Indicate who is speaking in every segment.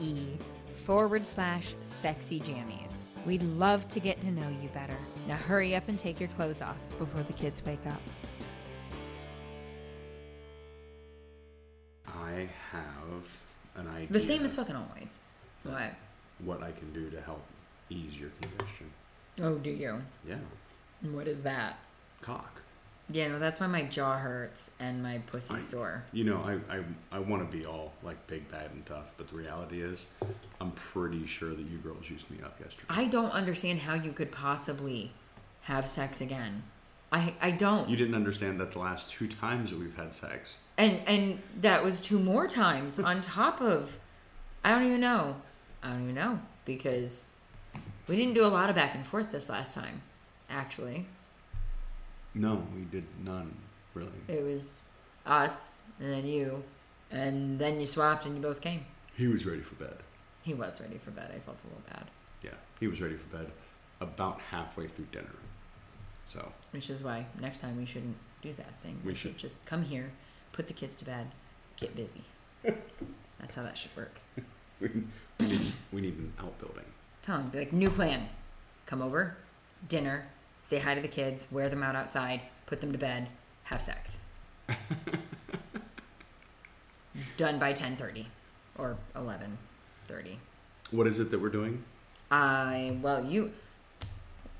Speaker 1: E forward slash sexy jammies. We'd love to get to know you better. Now hurry up and take your clothes off before the kids wake up.
Speaker 2: I have an idea.
Speaker 1: The same as fucking always. What?
Speaker 2: what I can do to help ease your congestion.
Speaker 1: Oh, do you?
Speaker 2: Yeah,
Speaker 1: What is that?
Speaker 2: cock.
Speaker 1: Yeah, well, that's why my jaw hurts and my pussy's sore.
Speaker 2: You know, I I, I want to be all like big, bad, and tough, but the reality is, I'm pretty sure that you girls used me up yesterday.
Speaker 1: I don't understand how you could possibly have sex again. I I don't.
Speaker 2: You didn't understand that the last two times that we've had sex,
Speaker 1: and and that was two more times on top of I don't even know. I don't even know because we didn't do a lot of back and forth this last time. Actually,
Speaker 2: no, we did none really.
Speaker 1: it was us and then you, and then you swapped and you both came.
Speaker 2: He was ready for bed.
Speaker 1: He was ready for bed. I felt a little bad,
Speaker 2: Yeah, he was ready for bed about halfway through dinner. So
Speaker 1: which is why next time we shouldn't do that thing.
Speaker 2: We should.
Speaker 1: just come here, put the kids to bed, get busy. That's how that should work.
Speaker 2: we, we, need, we need an outbuilding.
Speaker 1: Tell him, be like, new plan. Come over, dinner, say hi to the kids, wear them out outside, put them to bed, have sex. Done by 10.30 or 11.30.
Speaker 2: What is it that we're doing?
Speaker 1: I, well, you,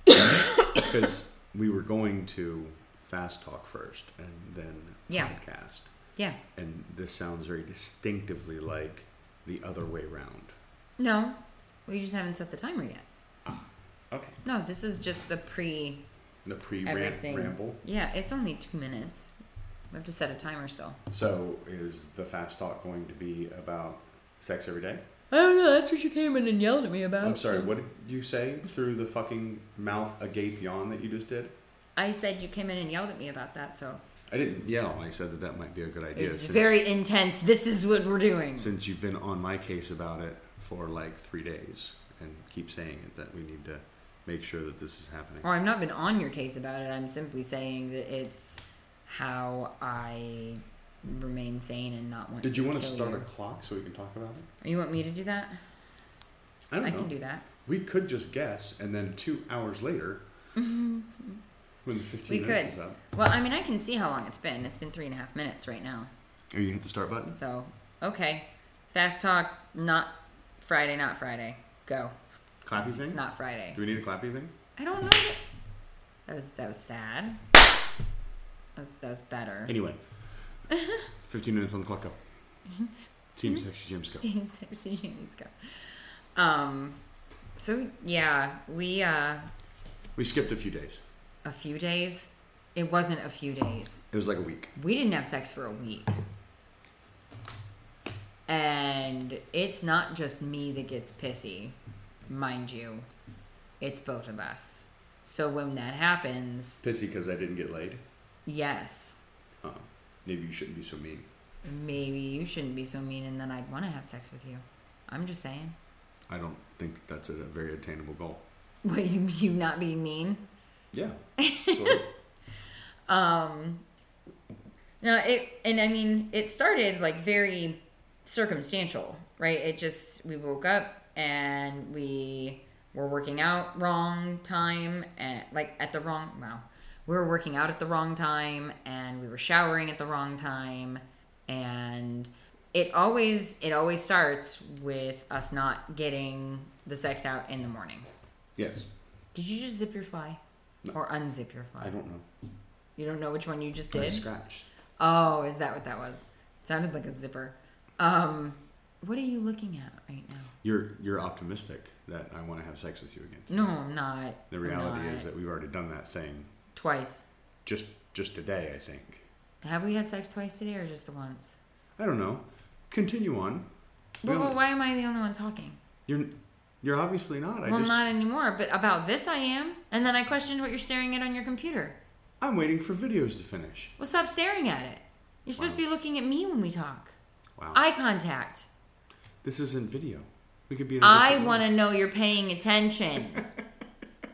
Speaker 2: because we were going to fast talk first and then
Speaker 1: Yeah.
Speaker 2: podcast
Speaker 1: yeah.
Speaker 2: and this sounds very distinctively like the other way round
Speaker 1: No, we just haven't set the timer yet.
Speaker 2: okay
Speaker 1: No, this is just the pre
Speaker 2: the pre-ramble
Speaker 1: everything. Yeah, it's only two minutes. We have to set a timer still.
Speaker 2: so is the fast talk going to be about sex every day
Speaker 1: I don't know. That's what you came in and yelled at me about.
Speaker 2: i'm sorry what did you say through the fucking mouth agape yawn that you just did
Speaker 1: I said you came in and yelled at me about that, so
Speaker 2: i didn't yell i said that that might be a good idea
Speaker 1: It's very intense. This is what we're doing.
Speaker 2: since you've been on my case about it for like three days and keep saying it that we need to make sure that this is happening
Speaker 1: Or I've not been on your case about it. I'm simply saying that it's how I remain sane and not want.
Speaker 2: Did you want
Speaker 1: want
Speaker 2: to start a clock so we can talk about it?
Speaker 1: Oh, You. want me to do that?
Speaker 2: I don't know.
Speaker 1: can do that.
Speaker 2: We could just guess, and then two hours later, when the fifteen
Speaker 1: We
Speaker 2: minutes
Speaker 1: could.
Speaker 2: is up,
Speaker 1: Well, I mean, I can see how long it's been. It's been three and a half minutes right now.
Speaker 2: oh, you hit the start button.
Speaker 1: So okay, fast talk. Not Friday. Not Friday. Go.
Speaker 2: Clappy thing.
Speaker 1: It's not Friday.
Speaker 2: do we need a clappy thing?
Speaker 1: I don't know. That, that was that was sad. That was, that was better.
Speaker 2: Anyway, fifteen minutes on the clock. Go. Team sexy James go.
Speaker 1: Let's go. Um, so yeah, we uh,
Speaker 2: We skipped a few days.
Speaker 1: a few days. It wasn't a few days.
Speaker 2: It was like a week.
Speaker 1: We didn't have sex for a week, and it's not just me that gets pissy, mind you. It's both of us. So when that happens,
Speaker 2: Pissy because I didn't get laid.
Speaker 1: yes,
Speaker 2: Uh, maybe you shouldn't be so mean.
Speaker 1: maybe you shouldn't be so mean, and then I'd want to have sex with you. I'm just saying.
Speaker 2: I don't think that's a very attainable goal.
Speaker 1: What you, you not being mean?
Speaker 2: Yeah. sort of.
Speaker 1: Um, no, it, and I mean, it started like very circumstantial, right? It just, we woke up and we were working out wrong time and like at the wrong, wow. We were working out at the wrong time and we were showering at the wrong time. And it always, it always starts with us not getting the sex out in the morning.
Speaker 2: yes.
Speaker 1: Did you just zip your fly? Or unzip your fly?
Speaker 2: I don't know.
Speaker 1: You don't know which one you just
Speaker 2: I
Speaker 1: did?
Speaker 2: scratched.
Speaker 1: Oh, is that what that was? sounded like a zipper. Um, what are you looking at right now?
Speaker 2: You're you're optimistic that I want to have sex with you again.
Speaker 1: No, I'm not.
Speaker 2: The
Speaker 1: I'm
Speaker 2: reality
Speaker 1: not.
Speaker 2: is that we've already done that thing
Speaker 1: twice.
Speaker 2: just just today. I think.
Speaker 1: Have we had sex twice today or just the once?
Speaker 2: I don't know. Continue on. We
Speaker 1: Well,
Speaker 2: don't-
Speaker 1: well, why am I the only one talking?
Speaker 2: You're you're obviously not. I
Speaker 1: well,
Speaker 2: just
Speaker 1: not anymore. But about this, I am. And then I questioned what you're staring at on your computer.
Speaker 2: I'm waiting for videos to finish.
Speaker 1: Well, stop staring at it. You're supposed to be looking at me when we talk.
Speaker 2: Wow.
Speaker 1: Eye contact.
Speaker 2: this isn't video. We could be. In a
Speaker 1: I
Speaker 2: different
Speaker 1: want to know you're paying attention.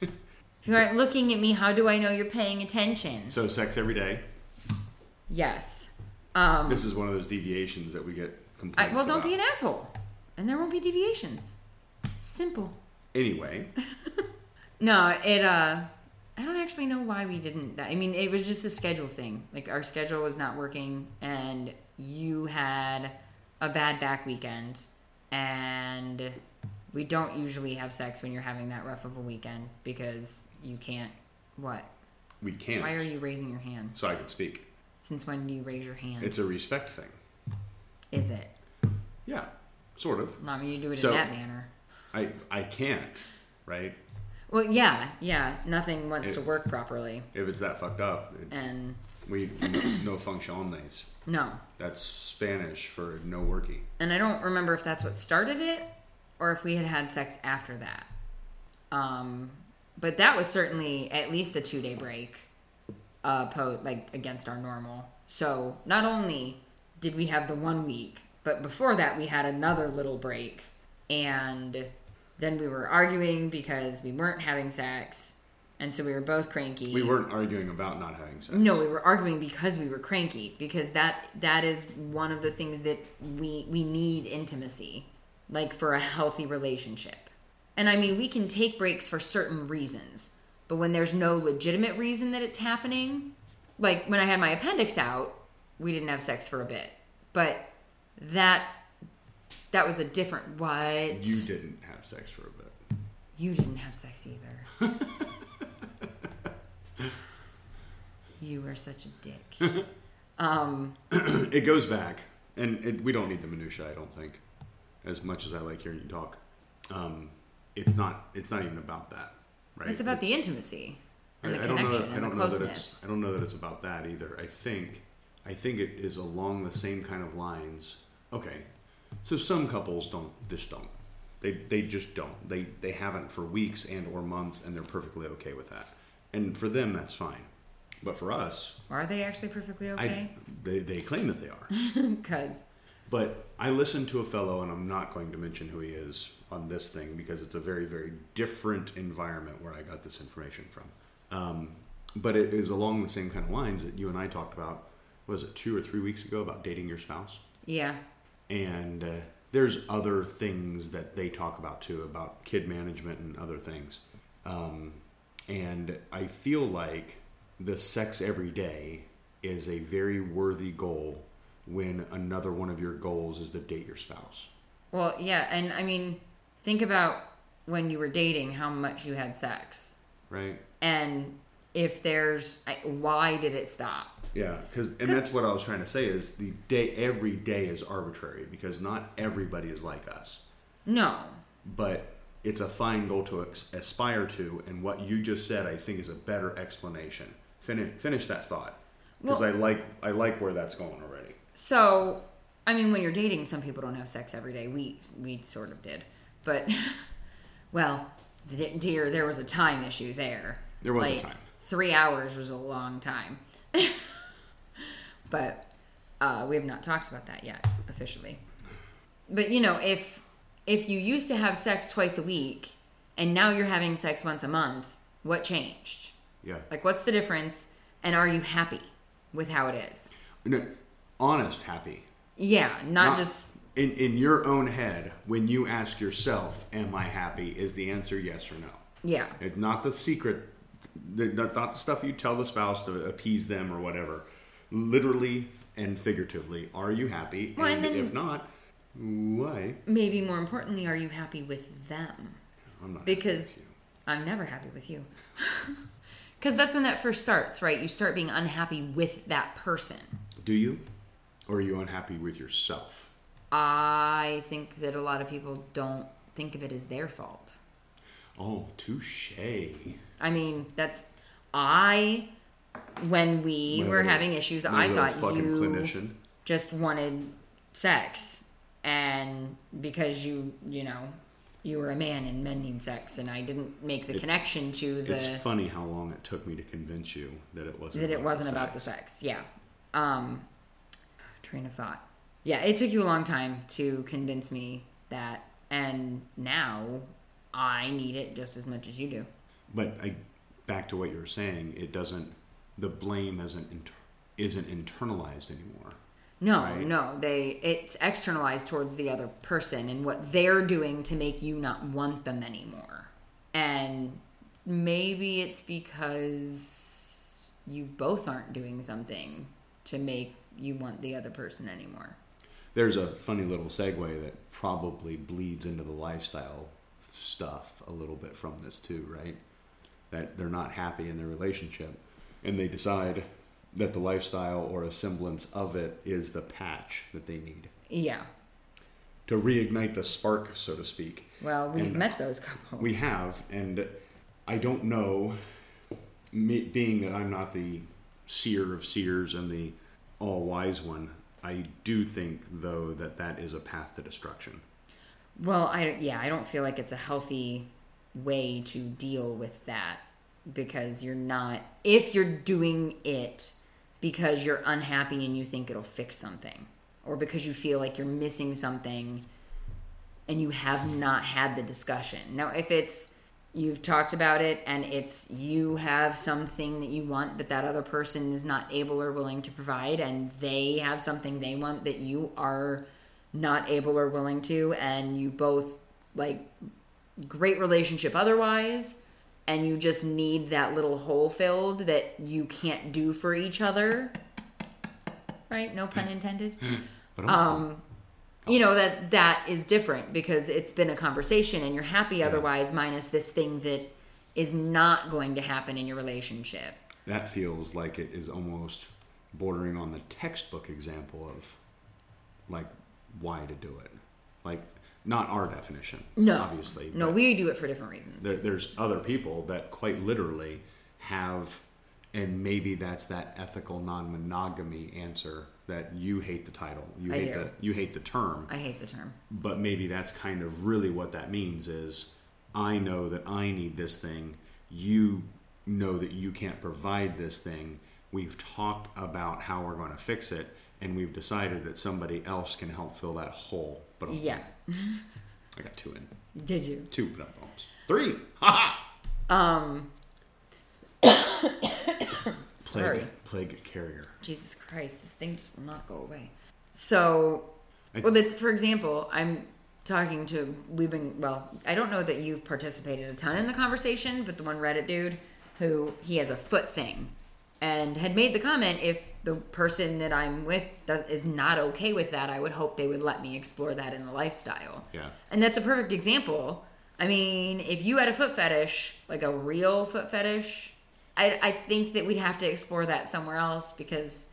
Speaker 1: if you aren't looking at me, how do I know you're paying attention?
Speaker 2: So sex every day.
Speaker 1: Yes. Um,
Speaker 2: This is one of those deviations that we get complaints
Speaker 1: I, well, don't
Speaker 2: about.
Speaker 1: be an asshole. And there won't be deviations. Simple.
Speaker 2: Anyway,
Speaker 1: No, it, uh, I don't actually know why we didn't. That, I mean, it was just a schedule thing. Like, our schedule was not working, and you had a bad back weekend, and we don't usually have sex when you're having that rough of a weekend because you can't. What?
Speaker 2: we can't.
Speaker 1: Why are you raising your hand?
Speaker 2: So I could speak.
Speaker 1: Since when do you raise your hand?
Speaker 2: It's a respect thing.
Speaker 1: Is it?
Speaker 2: Yeah, sort of.
Speaker 1: Not when you do it
Speaker 2: So-
Speaker 1: in that manner.
Speaker 2: I I can't, right?
Speaker 1: Well, yeah, yeah. Nothing wants
Speaker 2: It-
Speaker 1: to work properly,
Speaker 2: If it's that fucked up, it,
Speaker 1: and
Speaker 2: we no funcciones.
Speaker 1: no.
Speaker 2: That's Spanish for no worky.
Speaker 1: And I don't remember if that's what started it, or if we had had sex after that. Um, but that was certainly at least a two day break, uh, po- like against our normal. So not only did we have the one week, but before that we had another little break, and then we were arguing because we weren't having sex, and so we were both cranky.
Speaker 2: We weren't arguing about not having sex.
Speaker 1: No, we were arguing because we were cranky because that that is one of the things that we we need intimacy like for a healthy relationship. And I mean, we can take breaks for certain reasons, but when there's no legitimate reason that it's happening, like when I had my appendix out, we didn't have sex for a bit. But that that was a different what?
Speaker 2: You didn't have sex for a bit.
Speaker 1: You didn't have sex either. you were such a dick. Um,
Speaker 2: It goes back, and it, we don't need the minutia. I don't think, as much as I like hearing you talk, um, it's not. It's not even about that, right?
Speaker 1: it's about the intimacy and the
Speaker 2: I- I don't know
Speaker 1: connection
Speaker 2: that- I
Speaker 1: and the
Speaker 2: don't know that it's-
Speaker 1: closeness.
Speaker 2: I don't know that it's about that either. I think, I think it is along the same kind of lines. Okay, so some couples don't just don't. They they just don't. They they haven't for weeks and or months, and they're perfectly okay with that. And for them, that's fine. But for us,
Speaker 1: Are they actually perfectly
Speaker 2: I
Speaker 1: okay?
Speaker 2: they they claim that they are.
Speaker 1: Because
Speaker 2: But I listened to a fellow, and I'm not going to mention who he is on this thing because it's a very, very different environment where I got this information from. Um, but it is along the same kind of lines that you and I talked about. Was it two or three weeks ago about dating your spouse?
Speaker 1: yeah,
Speaker 2: And uh, there's other things that they talk about too about kid management and other things. Um, and I feel like the sex every day is a very worthy goal when another one of your goals is to date your spouse.
Speaker 1: well, yeah, and I mean, think about when you were dating, how much you had sex,
Speaker 2: Right?
Speaker 1: and if there's I- why did it stop?
Speaker 2: Yeah, because and that's what I was trying to say is the day every day is arbitrary because not everybody is like us,
Speaker 1: No,
Speaker 2: but it's a fine goal to ex- aspire to. And what you just said, I think, is a better explanation. Finish finish that thought because
Speaker 1: Well-
Speaker 2: I like I like where that's going already.
Speaker 1: So, I mean, when you're dating, some people don't have sex every day. We we sort of did, but well, th- dear, there was a time issue there.
Speaker 2: There was a time.
Speaker 1: Three hours was a long time, but uh, we have not talked about that yet officially. But you know, if if you used to have sex twice a week and now you're having sex once a month, what changed?
Speaker 2: Yeah.
Speaker 1: Like, what's the difference? And are you happy with how it is?
Speaker 2: No, honest, happy.
Speaker 1: Yeah, not just
Speaker 2: in in your own head when you ask yourself, "Am I happy?" Is the answer yes or no?
Speaker 1: Yeah.
Speaker 2: It's not the secret, the- not not the stuff you tell the spouse to appease them or whatever. Literally and figuratively, are you happy?
Speaker 1: Well,
Speaker 2: and
Speaker 1: and then-
Speaker 2: if not, why?
Speaker 1: Maybe more importantly, are you happy with them?
Speaker 2: I'm not happy
Speaker 1: Because
Speaker 2: with you.
Speaker 1: I'm never happy with you. Because that's when that first starts, right? You start being unhappy with that person.
Speaker 2: Do you? Or are you unhappy with yourself?
Speaker 1: I think that a lot of people don't think of it as their fault.
Speaker 2: Oh, touche.
Speaker 1: I mean, that's I when we
Speaker 2: My
Speaker 1: were
Speaker 2: little-
Speaker 1: having issues,
Speaker 2: my
Speaker 1: I
Speaker 2: little
Speaker 1: thought
Speaker 2: fucking
Speaker 1: you
Speaker 2: clinician.
Speaker 1: just wanted sex and because you, you know, you were a man and men need sex and I didn't make the connection to the
Speaker 2: It's funny how long it took me to convince you that it wasn't
Speaker 1: that it
Speaker 2: about
Speaker 1: wasn't about the
Speaker 2: sex.
Speaker 1: sex. Yeah. Um train of thought. Yeah, it took you a long time to convince me that and now I need it just as much as you do.
Speaker 2: But I, back to what you were saying, it doesn't. The blame isn't inter, isn't internalized anymore.
Speaker 1: No,
Speaker 2: Right.
Speaker 1: no, they it's externalized towards the other person and what they're doing to make you not want them anymore. And maybe it's because you both aren't doing something to make you want the other person anymore.
Speaker 2: There's a funny little segue that probably bleeds into the lifestyle stuff a little bit from this too, right? That they're not happy in their relationship, and they decide that the lifestyle or a semblance of it is the patch that they need
Speaker 1: Yeah.
Speaker 2: to reignite the spark, so to speak.
Speaker 1: Well, we've
Speaker 2: And
Speaker 1: met those couples.
Speaker 2: We have, and I don't know, me, being that I'm not the seer of seers and the all wise one, I do think, though, that that is a path to destruction.
Speaker 1: Well, I yeah, I don't feel like it's a healthy way to deal with that because you're not if you're doing it because you're unhappy and you think it'll fix something or because you feel like you're missing something and you have not had the discussion. Now, if it's you've talked about it and it's you have something that you want but that other person is not able or willing to provide and they have something they want that you are not able or willing to and you both like great relationship otherwise and you just need that little hole filled that you can't do for each other right no pun intended
Speaker 2: But I'm-
Speaker 1: Um, you know that that is different because it's been a conversation and you're happy otherwise minus this thing that is not going to happen in your relationship
Speaker 2: that feels like it is almost bordering on the textbook example of, like, why to do it. Like, not our definition,
Speaker 1: no
Speaker 2: obviously.
Speaker 1: no
Speaker 2: but-
Speaker 1: we do it for different reasons
Speaker 2: there, there's other people that quite literally have and maybe that's that ethical non-monogamy answer that you hate the title you
Speaker 1: I
Speaker 2: hate
Speaker 1: do.
Speaker 2: the you hate the term
Speaker 1: i hate the term
Speaker 2: but maybe that's kind of really what that means is i know that i need this thing you know that you can't provide this thing we've talked about how we're going to fix it and we've decided that somebody else can help fill that hole but
Speaker 1: yeah
Speaker 2: i got two in
Speaker 1: did you
Speaker 2: two but three ha ha
Speaker 1: um
Speaker 2: Plague,
Speaker 1: Sorry.
Speaker 2: plague carrier.
Speaker 1: Jesus Christ, this thing just will not go away. So,
Speaker 2: I-
Speaker 1: well, that's for example, I'm talking to, we've been, well, I don't know that you've participated a ton in the conversation, but the one Reddit dude who he has a foot thing and had made the comment if the person that I'm with does, is not okay with that, I would hope they would let me explore that in the lifestyle.
Speaker 2: Yeah.
Speaker 1: And that's a perfect example. I mean, if you had a foot fetish, like a real foot fetish, I, I think that we'd have to explore that somewhere else because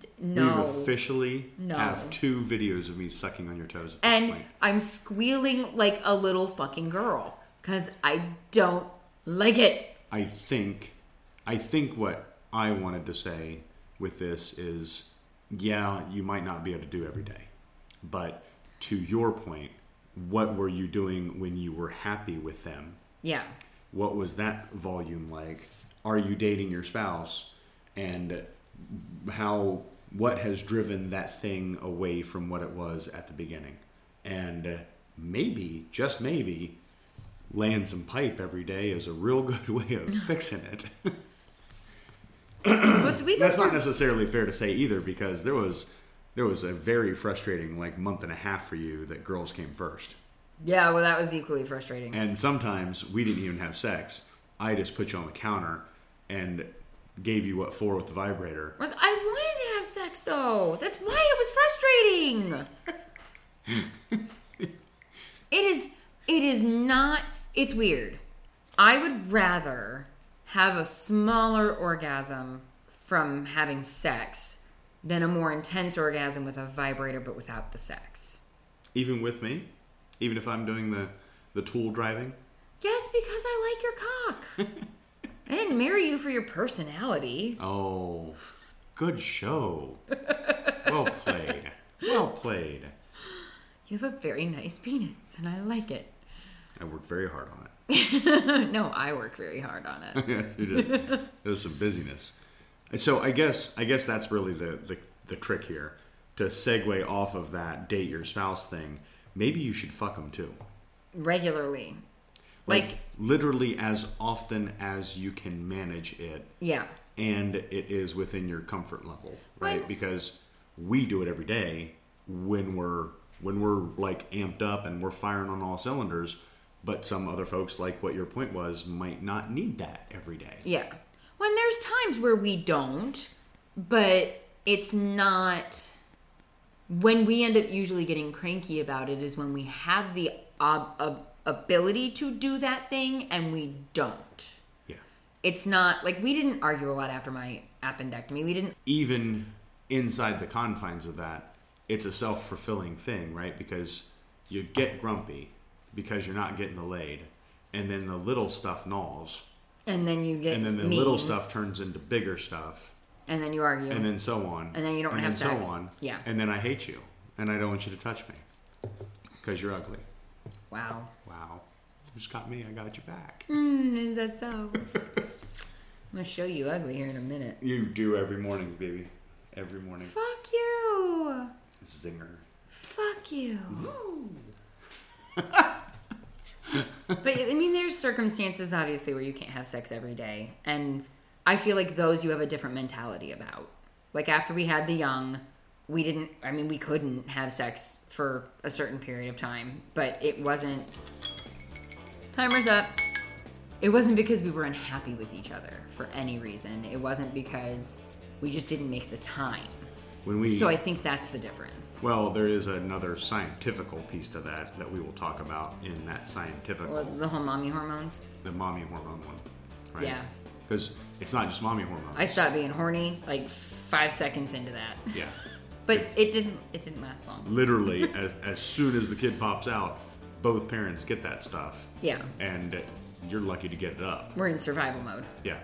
Speaker 1: d-
Speaker 2: We
Speaker 1: no.
Speaker 2: officially
Speaker 1: No.
Speaker 2: have two videos of me sucking on your toes. At this
Speaker 1: and
Speaker 2: point.
Speaker 1: I'm squealing like a little fucking girl because I don't like it.
Speaker 2: I think, I think what I wanted to say with this is, yeah, you might not be able to do every day, but to your point, what were you doing when you were happy with them?
Speaker 1: Yeah.
Speaker 2: What was that volume like? Are you dating your spouse? And how what has driven that thing away from what it was at the beginning? And maybe, just maybe, laying some pipe every day is a real good way of fixing it.
Speaker 1: What's we go
Speaker 2: That's not
Speaker 1: through?
Speaker 2: necessarily fair to say either, because there was there was a very frustrating like month and a half for you that girls came first.
Speaker 1: Yeah, well, that was equally frustrating.
Speaker 2: And sometimes we didn't even have sex. I just put you on the counter and gave you what for with the vibrator.
Speaker 1: Was- I wanted to have sex though. That's why it was frustrating. it is it is not it's weird. I would rather have a smaller orgasm from having sex than a more intense orgasm with a vibrator but without the sex.
Speaker 2: Even with me, even if I'm doing the the tool driving.
Speaker 1: Yes, because I like your cock. I didn't marry you for your personality.
Speaker 2: Oh, good show. well played. Well played.
Speaker 1: You have a very nice penis, and I like it.
Speaker 2: I worked very hard on it.
Speaker 1: no, I work very hard on it.
Speaker 2: Yeah, you did. There was some busyness. And So I guess I guess that's really the, the the trick here. To segue off of that date your spouse thing, maybe you should fuck them too.
Speaker 1: Regularly. like
Speaker 2: literally as often as you can manage it,
Speaker 1: yeah.
Speaker 2: and it is within your comfort level, right?
Speaker 1: Well-
Speaker 2: because we do it every day when we're when we're like amped up and we're firing on all cylinders. But some other folks, like what your point was, might not need that every day.
Speaker 1: Yeah. When there's times where we don't, but it's not. When we end up usually getting cranky about it is when we have the ob- ob- ability to do that thing and we don't.
Speaker 2: Yeah.
Speaker 1: It's not like we didn't argue a lot after my appendectomy. We didn't.
Speaker 2: even inside the confines of that, it's a self fulfilling thing, right? Because you get grumpy because you're not getting the laid, and then the little stuff gnaws,
Speaker 1: And then you get
Speaker 2: and then the
Speaker 1: mean,
Speaker 2: little stuff turns into bigger stuff,
Speaker 1: and then you argue.
Speaker 2: and then so on,
Speaker 1: And then you don't have
Speaker 2: then
Speaker 1: sex.
Speaker 2: so on,
Speaker 1: Yeah.
Speaker 2: and then I hate you, and I don't want you to touch me because you're ugly.
Speaker 1: wow.
Speaker 2: Wow, you just got me. I got you back.
Speaker 1: Mm, is that so? I'm gonna show you ugly here in a minute.
Speaker 2: You do every morning, baby. Every morning,
Speaker 1: Fuck you.
Speaker 2: zinger.
Speaker 1: Fuck you. but I mean, there's circumstances obviously where you can't have sex every day, and I feel like those you have a different mentality about. Like after we had the young, we didn't. I mean, we couldn't have sex for a certain period of time, but it wasn't. Timer's up. It wasn't because we were unhappy with each other for any reason. It wasn't because we just didn't make the time.
Speaker 2: When we
Speaker 1: So I think that's the difference.
Speaker 2: Well, there is another scientifical piece to that that we will talk about in that scientific,
Speaker 1: Well, the whole mommy hormones.
Speaker 2: the mommy hormone one, right?
Speaker 1: Yeah.
Speaker 2: Because it's not just mommy hormone.
Speaker 1: I stopped being horny like five seconds into that,
Speaker 2: yeah.
Speaker 1: but it didn't. It didn't last long.
Speaker 2: Literally, as, as soon as the kid pops out, both parents get that stuff,
Speaker 1: Yeah,
Speaker 2: and you're lucky to get it up.
Speaker 1: we're in survival mode.
Speaker 2: Yeah.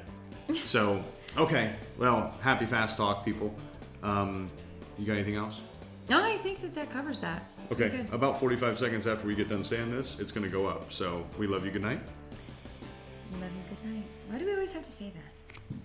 Speaker 2: So, okay. Well, happy fast talk, people. Um, you got anything else?
Speaker 1: No, I think that that covers that.
Speaker 2: Okay.
Speaker 1: Pretty good.
Speaker 2: About 45 seconds after we get done saying this, it's going to go up. So, we love you. Good night.
Speaker 1: Love you. Good night. Why do we always have to say that?